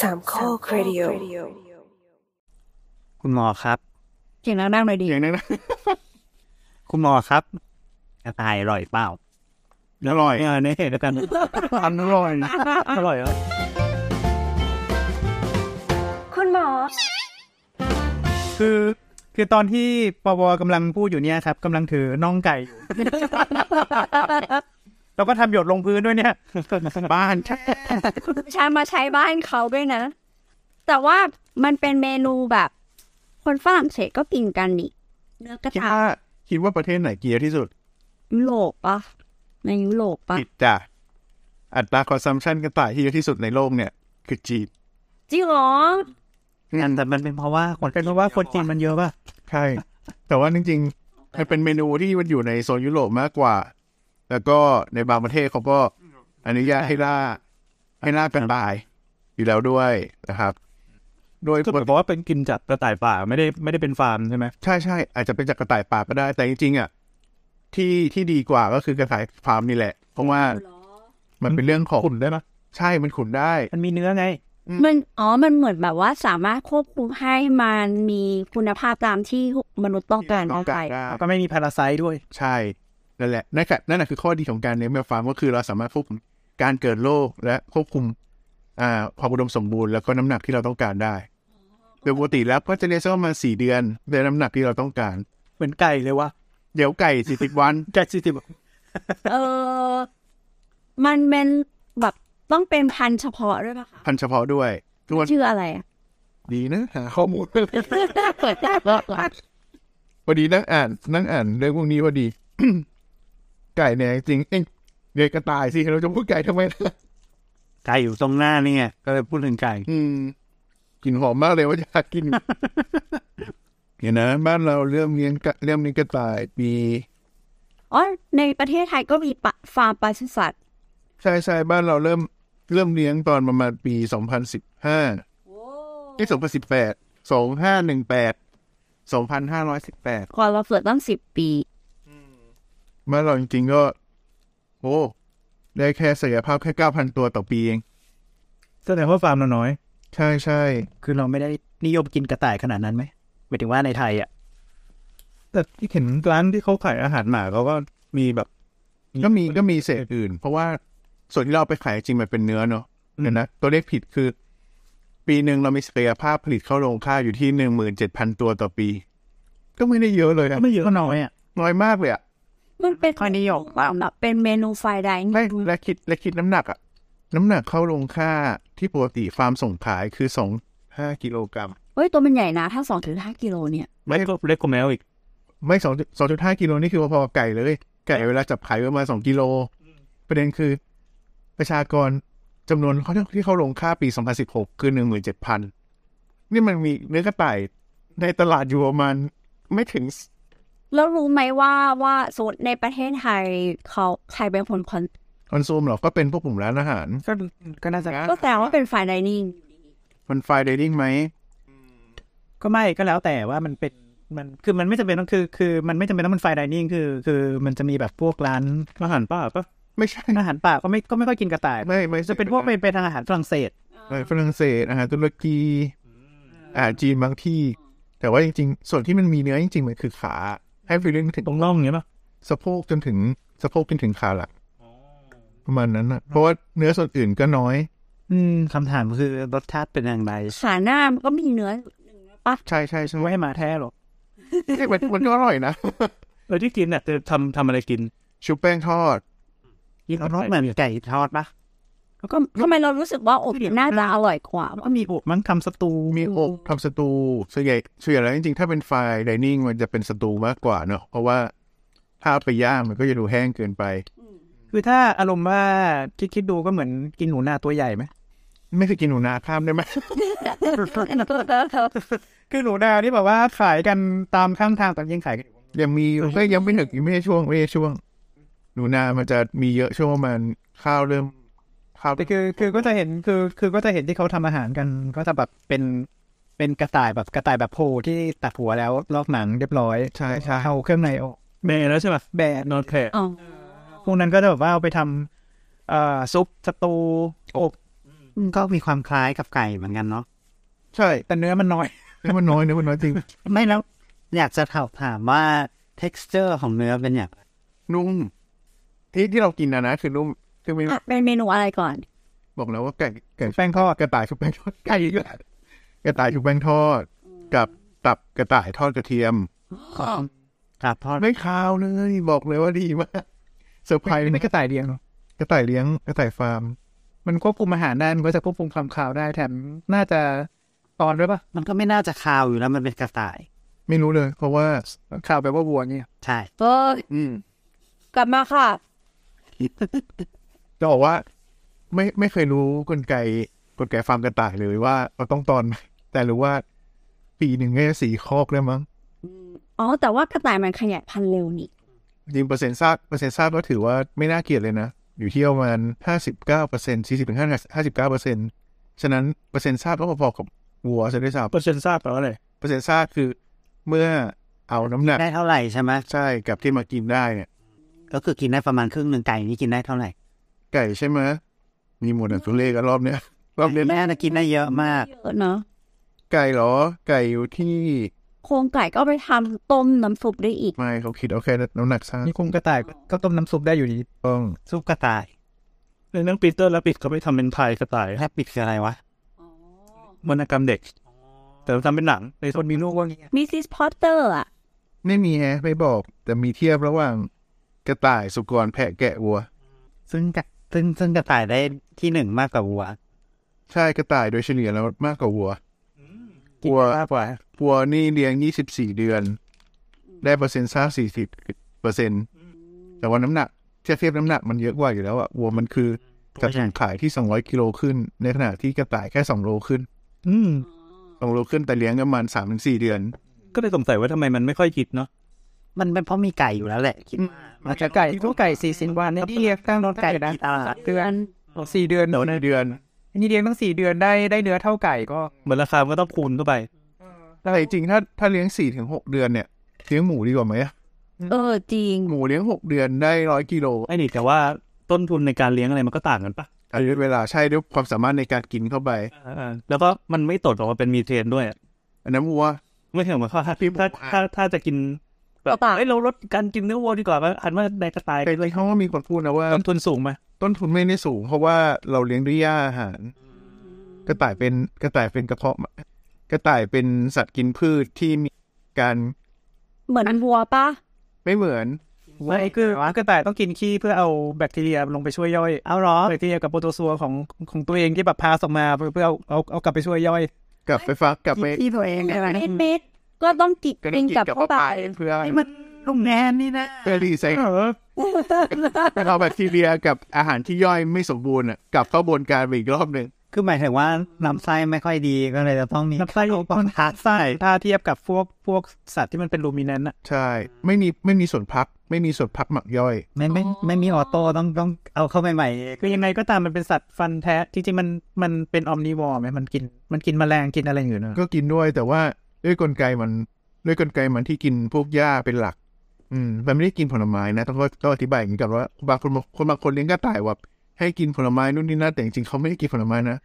สามข้อครดิโอ คุณหมอครับ เสียงดังๆหน่อยดี อย่างนั้นนะ คุณหมอครับกระต่ายอร่อยเปล่า อร่อย เออเนี่ยแล้ว กัน อันอร่อย อร่อยเหรอ คุณหมอ คือคือตอนที่ปวกำลังพูดอยู่เนี่ยครับกำลังถือน่องไก่ อยู่ แล้วก็ทำหยดลงพื้นด้วย เนี่ย บ้าน ฉันมาใช้บ้านเขาด้วยนะ แต่ว่ามันเป็นเมนูแบบ คนฝรั่งเศสก็กินกันนี่ เนื้อกระ คิด ทะ ว่าคิดว่าประเทศไหนเกลียร์ที่สุด ยุโรปปะในยุโรปปะ ผิดจ้ะ อัตราคอนซัมชันกระต่ายที่เยอะที่สุดในโลกเนี่ย คือจีน จริงเหรอ งั้นแต่มันเป็นเพราะว่าคน เป็นเพราะว่าคนจีนมันเยอะป่ะ ใช่ แต่ว่าจริงๆมันเป็นเมนูที่มันอยู่ในโซนยุโรปมากกว่า แล้วก็ในบางประเทศเขาก็อนุญาตให้ล่า ให้ล่ากันตายอยู่แล้วด้วยนะครับ โดย ก็เหมือนกับว่าเป็นกินจากกระต่ายป่าไม่ได้ไม่ได้เป็นฟาร์มใช่ไหม ใช่ใช่อาจจะเป็นจากกระต่ายป่าก็ได้ แต่จริงๆอ่ะที่ที่ดีกว่าก็คือกระต่ายฟาร์มนี่แหละ เพราะว่ามันเป็นเรื่องของขุนได้ไหมใช่มันขุนได้ มันมีเนื้อไง มันอ๋อมันเหมือนแบบว่าสามารถควบคุมให้มันมีคุณภาพตามที่มนุษย์ต้องการ ต้ เอา อง ไป การได้ ก็ไม่มีพาราไซต์ด้วย ใช่นั่นแหละนั่นแหละนั่นแหละคือข้อดีของการเลี้ยงแมวฟาร์มก็คือเราสามารถควบคุมการเกิดโรคและควบคุมอ่าความอุดมสมบูรณ์แล้วก็น้ำหนักที่เราต้องการได้โดยปกติแล้วก็จะเลี้ยงสักประมาณสี่เดือนในน้ำหนักที่เราต้องการ เหมือนไก่เลยวะ เดี๋ยวไก่สี่สิบวัน ไก่สี่สิบ เออ มันเป็นแบบต้องเป็นพันธุ์เฉพาะด้วยปะคะ พันธุ์เฉพาะด้วยทุกวัน ชื่ออะไรอะ ดีนะหาข้อมูลไม่ได้ พอดีนั่งอ่านนั่งอ่านเรื่องพวกนี้พอดี ไก่เนี่ยจริงเอ้ยเด็กกระต่ายสิเราจะพูดไก่ทำไมนะ ไก่อยู่ตรงหน้านี่ไงก็เลยพูดถึงไก่ อืมกลิ่นหอมมากเลยว่าจะกิน เห็นนะบ้านเราเริ่มเลี้ยงกะเริ่มเลี้ยงกระต่ายปี อ๋อในประเทศไทยก็มีปะฟาร์มปศุสัตว์ ใช่ใช่บ้านเราเริ่มเริ่มเลี้ยงตอนประมาณปีสองพันสิบห้าไอ้สองพันสิบแปดสองห้าหนึ่งแปดสองพันห้าร้อยสิบแปด ก่อนเราเกิดตั้งสิบปี บ้านเราจริงๆก็โอ้ได้แค่ศักยภาพแค่เก้าพันตัวต่อปีเอง แสดงว่าฟาร์มเราน้อย ใช่ใช่ คือเราไม่ได้นิยมกินกระต่ายขนาดนั้นไหมหมายถึงว่าในไทยอ่ะ แต่ที่เห็นร้านที่เขาขายอาหารหมาเขาก็มีแบบ ก็มีก็มีเศษอื่น เพราะว่าส่วนที่เราเอาไปขายจริงมันเป็นเนื้อเนอะ อืม เดี๋ยวนะ ตัวเลขผิดคือ ปีหนึ่งเรามีศักยภาพผลิตเข้าโรงฆ่าอยู่ที่หนึ่งหมื่นเจ็ดพันตัวต่อปี ก็ไม่ได้เยอะเลยอะ ไม่เยอะก็น้อยอ่ะ น้อยมากเลยอะ มันเป็นคอนิยมแบบเป็นเมนูไฟไดน์ และและคิดและคิดน้ำหนักอะน้ำหนักเข้าโรงฆ่าที่ปกติฟาร์มส่งขายคือสองห้ากิโลกรัม เฮ้ย ตัวมันใหญ่นะ ถ้าสองถึงห้ากิโลเนี่ย ไม่ก็เล็กกว่าแมวอีก ไม่สองสองจุดห้ากิโลนี่คือพอๆกับไก่เลย ไก่เวลาจับขายประมาณสองกิโล ประเด็นคือ ประชากรจำนวนเขาที่เขาลงค่าปีสองพันสิบหกคือหนึ่งหมื่นเจ็ดพันนี่มันมีเนื้อกระต่ายในตลาดอยู่ประมาณไม่ถึง แล้วรู้ไหมว่าว่าสูตรในประเทศไทยเขาใครเป็นคนคอน คอนซูมหรอกก็เป็นพวกกลุ่มร้านอาหาร ก็ก็น่าจะ ก็แปลว่าเป็นไฟไดนิ่ง มันไฟเดดิ้งไหม ก็ไม่ก็แล้วแต่ว่ามันเป็นมันคือมันไม่จำเป็นต้องคือ คือมันไม่จำเป็นต้องเป็นไฟไดนิ่งคือ คือมันจะมีแบบพวกร้าน อาหารป่าปะ ไม่ใช่ อาหารป่าก็ไม่ก็ไม่ค่อยกินกระต่าย ไม่ไม่ จะเป็นพวกเป็นเป็นทางอาหารฝรั่งเศส อาหารฝรั่งเศสอาหารตุรกีอาหารจีนบางที่ แต่ว่าจริงๆ ส่วนที่มันมีเนื้อจริงๆมันคือขาให้ฟีลลิ่งถึง ตรงน่องอย่างเงี้ยปะ สะโพกจนถึงสะโพกจนถึงขาหลักประมาณนั้นนะเพราะว่าเนื้อส่วนอื่นก็น้อย อืมคำถามคือรสชาติเป็นอย่างไร ขาหน้ามันก็มีเนื้อ ใช่ใช่ใช่ ไม่ให้มาแท้หรอก เอ๊ะมันมันก็อร่อยนะ เออที่กินเนี่ยจะทำทำอะไรกิน ชุบแป้งทอด กินรสเหมือนไก่ทอดปะ ก็ทำไมเรารู้สึกว่าอบน่าจะอร่อยกว่า แล้วก็มีอบมั้งทำสตู มีอบทำสตูส่วนใหญ่ส่วนใหญ่แล้วจริงๆ ถ้าเป็นไฟไดนิ่งมันจะเป็นสตูมากกว่าเนอะเพราะว่าถ้าเอาไปย่างมันก็จะดูแห้งเกินไป คือถ้าอารมณ์ว่าคิดคิดดูก็เหมือนกินหนูนาตัวใหญ่ไหม ไม่เคยกินหนูนาข้ามได้ไหม คือหนูนาที่แบบว่าขายกันตามข้างทางตอนเย็นขายกัน ยังมีก็ยังไม่ถึงไม่ใช่ช่วงไม่ใช่ช่วง หนูนามันจะมีเยอะช่วงประมาณข้าวเริ่มข้าว แต่คือคือก็จะเห็นคือคือก็จะเห็นที่เขาทำอาหารกัน ก็จะแบบเป็นเป็นกระต่ายแบบกระต่ายแบบโพที่ตัดหัวแล้วลอกหนังเรียบร้อย ใช่ใช่ เอาเครื่องในออก แม่แล้วใช่ปะ แบะ นอนแผล อ๋อ พวกนั้นก็จะแบบว่าเอาไปทำเอ่อซุปสตูอบ ก็มีความคล้ายกับไก่เหมือนกันเนาะ ใช่ แต่เนื้อมันน้อย เนื้อมันน้อยเนื้อมันน้อยจริง ไม่แล้ว อยากจะถามถามว่า texture ของเนื้อเป็นอย่างไร นุ่มที่ที่เรากินนะนะคือนุ่มคือไม่ อ่ะเป็นเมนูอะไรก่อน บอกแล้วว่าไก่ไก่ แป้งทอด กระต่ายชุบแป้งทอดไก่อีกแล้วกระต่ายชุบแป้งทอด กับตับกระต่ายทอดกระเทียม ครับทอด ไม่คาวเลยบอกเลยว่าดีมากเซอร์ไพรส์ ไม่ไม่ นะ กระต่ายเลี้ยงเนอะ กระต่ายเลี้ยงกระต่ายฟาร์ม มันควบคุมอาหารได้มันก็จะควบคุมความคาวได้แถมน่าจะตอนด้วยปะ มันก็ไม่น่าจะคาวอยู่แล้วมันเป็นกระต่าย ไม่รู้เลย เพราะว่า คาวแปลว่าวัวเนี่ย ใช่ เออ กลับมาค่ะ จะบอกว่า ไม่ไม่เคยรู้กลไกกลไกฟาร์มกระต่ายเลยว่าเราต้องตอนไหม แต่รู้ว่า ปีหนึ่งก็จะสี่คอกแล้วมั้ง อ๋อ แต่ว่ากระต่ายมันขยายพันธุ์เร็วนี่ จริงเปอร์เซ็นต์ซากเปอร์เซ็นต์ซากก็ถือว่าไม่น่าเกลียดเลยนะ อยู่ที่ประมาณห้าสิบเก้าเปอร์เซ็นต์สี่สิบถึงห้าสิบเก้าเปอร์เซ็นต์ฉะนั้นเปอร์เซ็นต์ซากก็พอๆกับวัวซะด้วยซ้ เปอร์เซ็นต์ทราบแปลว่าอะไร ำเปอร์เซ็นต์ซากคือเมื่อเอาน้ำหนัก ได้เท่าไหร่ใช่ไหม ใช่กับที่มากินได้เนี่ย ก็คือกินได้ประมาณครึ่งหนึ่งไก่นี่กินได้เท่าไหร่ ไก่ใช่ไหมมีหมดอะตัวเลขอะรอบเนี้ยรอบเนี้ย แม่น่ะกินได้เยอะมาก เยอะเนาะ ไก่เหรอ ไก่อยู่ที่ โครงไก่ก็เอาไปทำต้มน้ำซุปได้อีก ไม่เขาคิดเอาแค่น้ำหนักซาก นี่คุมกระต่ายก็ต้มน้ำซุปได้อยู่ดี ต้อง ซุปกระต่าย ในเรื่องปีเตอร์และปิดเขาไปทำเป็นพายกระต่าย แรปปิดคืออะไรวะ วรรณกรรมเด็ก แต่ทำเป็นหนังในคนมีลูกว่างี้ มิสซิสพอตเตอร์อ่ะ ไม่มีแฮะไม่บอก แต่มีเทียบระหว่างกระต่ายสุกรแพะแกะวัว ซึ่งกะซึ่งซึ่งกระต่ายได้ที่หนึ่งมากกว่าวัว ใช่กระต่ายโดยเฉลี่ยแล้วมากกว่าวัว กลัวมากกว่า วัวนี่เลี้ยง 24 เดือน ได้เปอร์เซ็นต์ซาก40เปอร์เซ็นต์แต่ว่าน้ำหนักเทียบเทียบน้ำหนักมันเยอะกว่าอยู่แล้วอะวัวมันคือจะขายที่ 200กิโลขึ้น ในขณะที่กระต่ายแค่2โลขึ้น อืม 2โลขึ้นแต่เลี้ยงกันประมาณ3-4เดือน ก็เลยสงสัยว่าทำไมมันไม่ค่อยคิดเนาะ มันเป็นเพราะมีไก่อยู่แล้วแหละคิดว่า อาจจะไก่ทุกไก่สี่สิบวันเนี่ยที่เลี้ยงตั้งนอนไก่ ไก่ นะ กี่ตลาด เดือนสี่เดือน เดี๋ยวในเดือน นี่เลี้ยงตั้งสี่เดือนได้ได้เนื้อเท่าไก่ก็ เหมือนราคามันก็ต้องคูณเข้าไป แต่จริงๆถ้าถ้าเลี้ยงสี่ถึงหกเดือนเนี่ยเลี้ยงหมูดีกว่าไหมอะ เออ จริง หมูเลี้ยงหกเดือนได้ร้อยกิโล ไอ้นี่แต่ว่าต้นทุนในการเลี้ยงอะไรมันก็ต่างกันปะ อายุเวลาใช่ด้วยความสามารถในการกินเข้าไป อ่าๆแล้วก็มันไม่ตดออกมาเป็นมีเทนด้วยอะ อันนั้นวัว ไม่เห็นเหมือนข้าวถ้าถ้าถ้าถ้าจะกินแบบ ก็ต่าง เอ้ยเราลดการกินเนื้อวัวดีกว่าว่าอันว่าในกระต่าย แต่เลยเขาว่ามีคนพูดนะว่า ต้นทุนสูงไหม ต้นทุนไม่ได้สูง เพราะว่าเราเลี้ยงด้วยหญ้าอาหาร กระต่ายเป็นกระต่ายเป็นกระเพาะ กระต่ายเป็นสัตว์กินพืชที่มีการ เหมือนวัวปะ ไม่เหมือน ไม่คือกระต่ายต้องกินขี้เพื่อเอาแบคทีเรียลงไปช่วยย่อย เอาเหรอ แบคทีเรียกับโปรโตซัวของของตัวเองที่แบบพาสออกมาเพื่อเพื่อเอาเอาเอากลับไปช่วยย่อย กลับไปฟักกลับไป ที่ตัวเองเลยนะ เม็ดเม็ดๆก็ต้องกิน ก็ กิ ต้อนง กับเข้าไป เพื่อ ไอ้มันลุงแนนนี่นะ เพื่อรีไซเคิลแต่เราแบคทีเรียกับอาหารที่ย่อยไม่สมบูรณ์อะกลับเข้าบวนการไปอีกรอบหนึ่ง คือหมายถึงว่าลำไส้ไม่ค่อยดีก็เลยจะต้องนี่ ลำไส้ของ ต้องทัดไส้ ถ้าเทียบกับพวกพวกสัตว์ที่มันเป็นลูมิแนนต์อะ ใช่ ไม่มีไม่มีส่วนพัก ไม่มีส่วนพักหมักย่อย ไม่ไม่ไม่มีออโต้ต้องต้องเอาเข้าไปใหม่ คือยังไงก็ตามมันเป็นสัตว์ฟันแท้จริงๆมันมันเป็นออมนิวอร์ไหมมันกินมันกินแมลงกินอะไรอยู่เนอะ ก็กินด้วยแต่ว่าด้วยกลไกมัน ด้วยกลไกมันที่กินพวกหญ้าเป็นหลัก อืมมันไม่ได้กินผลไม้นะ ต้องต้องอธิบายอย่างนี้กับว่าบางคนคนบางคนเลี้ยงกระต่ายว่าให้กินผลไม้นู่นนี่นั่นแต่จริงๆเขาไม่ได้กินผลไม้นะ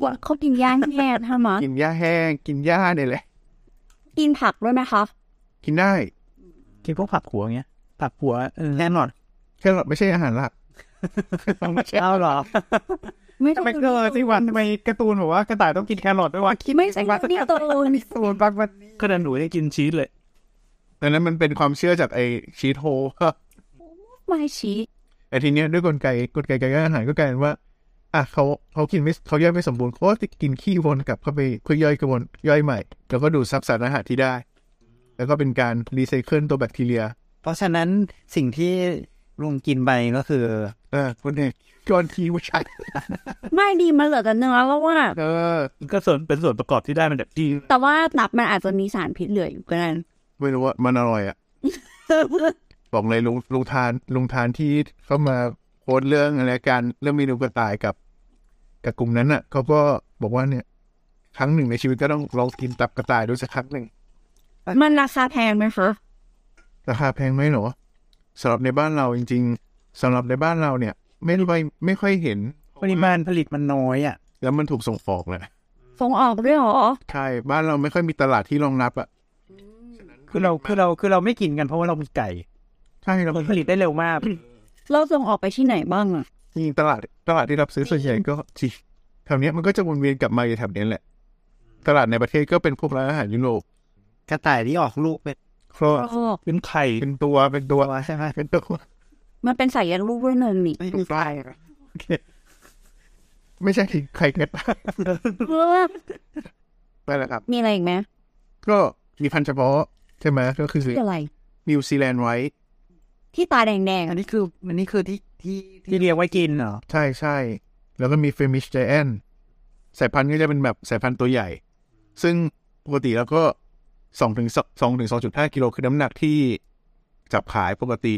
วัวเขากินย่างแม่ทำไม กินหญ้าแห้ง กินหญ้าเนี่ยแหละ กินผักด้วยไหมคะ กินได้ กินพวกผักหัวอย่างเงี้ยผักหัวเออ แน่นอน แค่เราไม่ใช่อาหารหลัก เอาเหรอ ไม่ต้องทำไมเออสิวันทำไมการ์ตูนบอกว่ากระต่ายต้องกินแครอทด้วยวะคิด ไม่ใช่ว่านี่ตัว ตูนบางวัน ก็ดันหนูยังกินชีสเลย ดังนั้นมันเป็นความเชื่อจากไอชีโท ไม่ชี้ แต่ทีเนี้ยด้วยกลไกกลไกการย่อยอาหารก็กลายเป็นว่า อ่ะเขาเขากินไม่เขาย่อยไม่สมบูรณ์เขาก็จะกินขี้วนกลับเข้าไปเพื่อย่อยกระบวนย่อยใหม่ แล้วก็ดูดซับสารอาหารที่ได้ แล้วก็เป็นการรีไซเคิลตัวแบคทีเรีย เพราะฉะนั้นสิ่งที่ลุงกินไปก็คือ เออคนเนี่ยก้อนขี้ว่าใช่ ไม่ดีมันเหลือแต่เนื้อแล้วว่า เออ ก็ส่วนเป็นส่วนประกอบที่ได้มันแบบดี แต่ว่าตับมันอาจจะมีสารพิษเหลืออยู่ก็ได้ ไม่รู้ว่ามันอร่อยอ่ะ บอกเลยลุงลุงทานลุงทานที่เข้ามาโพสต์เรื่องอะไรการเรื่องเมนูกระต่ายกับ กับกลุ่มนั้นอ่ะเขาก็บอกว่าเนี่ย ครั้งหนึ่งในชีวิตก็ต้องลองกินตับกระต่ายดูสักครั้งหนึ่ง มันราคาแพงไหมคะ ราคาแพงไหมเหรอสำหรับในบ้านเราจริง ๆสำหรับในบ้านเราเนี่ย ไม่ค่อยไม่ค่อยเห็น ปริมาณผลิตมันน้อยอ่ะ แล้วมันถูกส่งออกนะ ส่งออกด้วยเหรอ ใช่บ้านเราไม่ค่อยมีตลาดที่รองรับอ่ะ คือเราคือเราคือเราไม่กินกันเพราะว่าเรามีไก่ ใช่เรา ผลผลิตได้เร็วมาก เราส่งออกไปที่ไหนบ้างอะ จริงๆตลาดตลาดที่รับซื้อส่วนใหญ่ก็ที่แถวเนี้ยมันก็จะวนเวียนกลับมาอยู่แถวเนี้ยแหละ ตลาดในประเทศก็เป็นพวกร้านอาหารยุโรป กระต่ายที่ออกลูกเป็น ครัว ออก เป็นไข่ เป็นตัวเป็นตัว ตัวใช่ไหม เป็นตัว มันเป็นสายเลี้ยงลูกด้วยเนินนี่ ไม่มีไฟ ไม่ใช่ไข่เก็ด เออ ไปแล้วครับ มีอะไรอีกไหม ก็มีพันธุ์เฉพาะใช่ไหมก็คือ ที่อะไร นิวซีแลนด์ไว้ ที่ตาแดงๆ อั อะ นนี้คืออันนี้คือที่ที่ที่ ที่เลี้ยงไว้กินเหรอ ใช่ใช่ แล้วก็มีเฟมิชไจแอนสายพันธุ์ก็จะเป็นแบบสายพันธุ์ตัวใหญ่ ซึ่งปกติแล้วก็สองถึงสองถึงสองจุดห้ากิโลคือน้ำหนักที่จับขายปกติ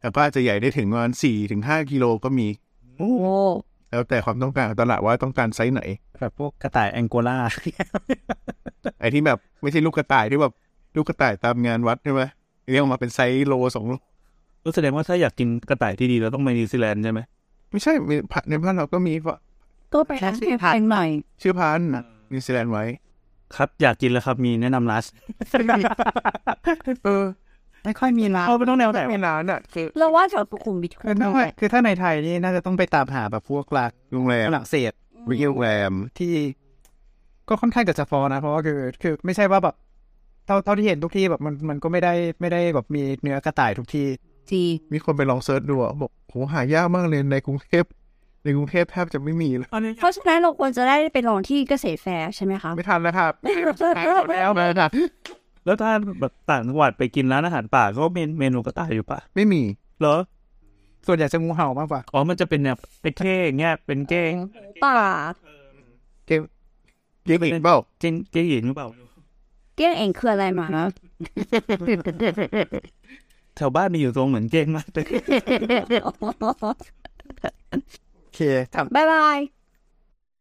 แต่ก็อาจจะใหญ่ได้ถึงประมาณสี่ถึงห้ากิโลก็มี โอ้โห แล้วแต่ความต้องการของตลาดว่าต้องการไซส์ไหน แบบพวกกระต่ายแองโกลา ไอ้ที่แบบไม่ใช่ลูกกระต่ายที่แบบลูกกระต่ายตามงานวัดใช่ไหมเรียกออกมาเป็นไซส์โลสองโล ก็แสดงว่าถ้าอยากกินกระต่ายที่ดีเราต้องไปนิวซีแลนด์ใช่ไหม ไม่ใช่มีพันธุ์ในบ้านเราก็มีฝ ก็ไปร้านแพงๆหน่อย ชื่อพันธุ์นิวซีแลนด์ไว้ ครับอยากกินแล้วครับมีแนะนำร้าน เออ ไม่ค่อยมีร้าน เอาไปต้องแนวไหน ไม่ วะ นานอ่ะคือ เราว่าแถวสุขุมวิท คือถ้าคือถ้าในไทยนี่น่าจะต้องไปตามหาแบบพวกลา โรงแรม ฝรั่งเศส วิโรงแรม ที่ก็ค่อนข้างจะเฉพาะนะ เพราะว่าคือคือไม่ใช่ว่าแบบเท่าเท่าที่เห็นทุกที่แบบมันมันก็ไม่ได้ไม่ได้แบบมีเนื้อกระต่ายทุกที่ จี มีคนไปลองเซิร์ชดูอะบอกโหหายากมากเลยในกรุงเทพในกรุงเทพแทบจะไม่มีเลย เพราะฉะนั้นเราควรจะได้ไปลองที่เกษตรแฟร์ใช่ไหมคะ ไม่ทันแล้วครับ แล้ว ไม่ทัน แล้วถ้าแบบต่างจังหวัดไปกินร้านอาหารป่าก็เมนเมนูกระต่ายอยู่ปะ ไม่มี เหรอ ส่วนใหญ่จะงูเห่ามากกว่า อ๋อมันจะเป็นแบบเป็นเก้งเงี้ยเป็นเก้ง ป่า เกมเกมอีกเปล่า เจนเก้งหญิงหรือเปล่า เกี้ยงเองคืออะไรมานะ แถวบ้านมีอยู่ตรงเหมือนเก้งมากเลย โอเคทำ บ๊ายบาย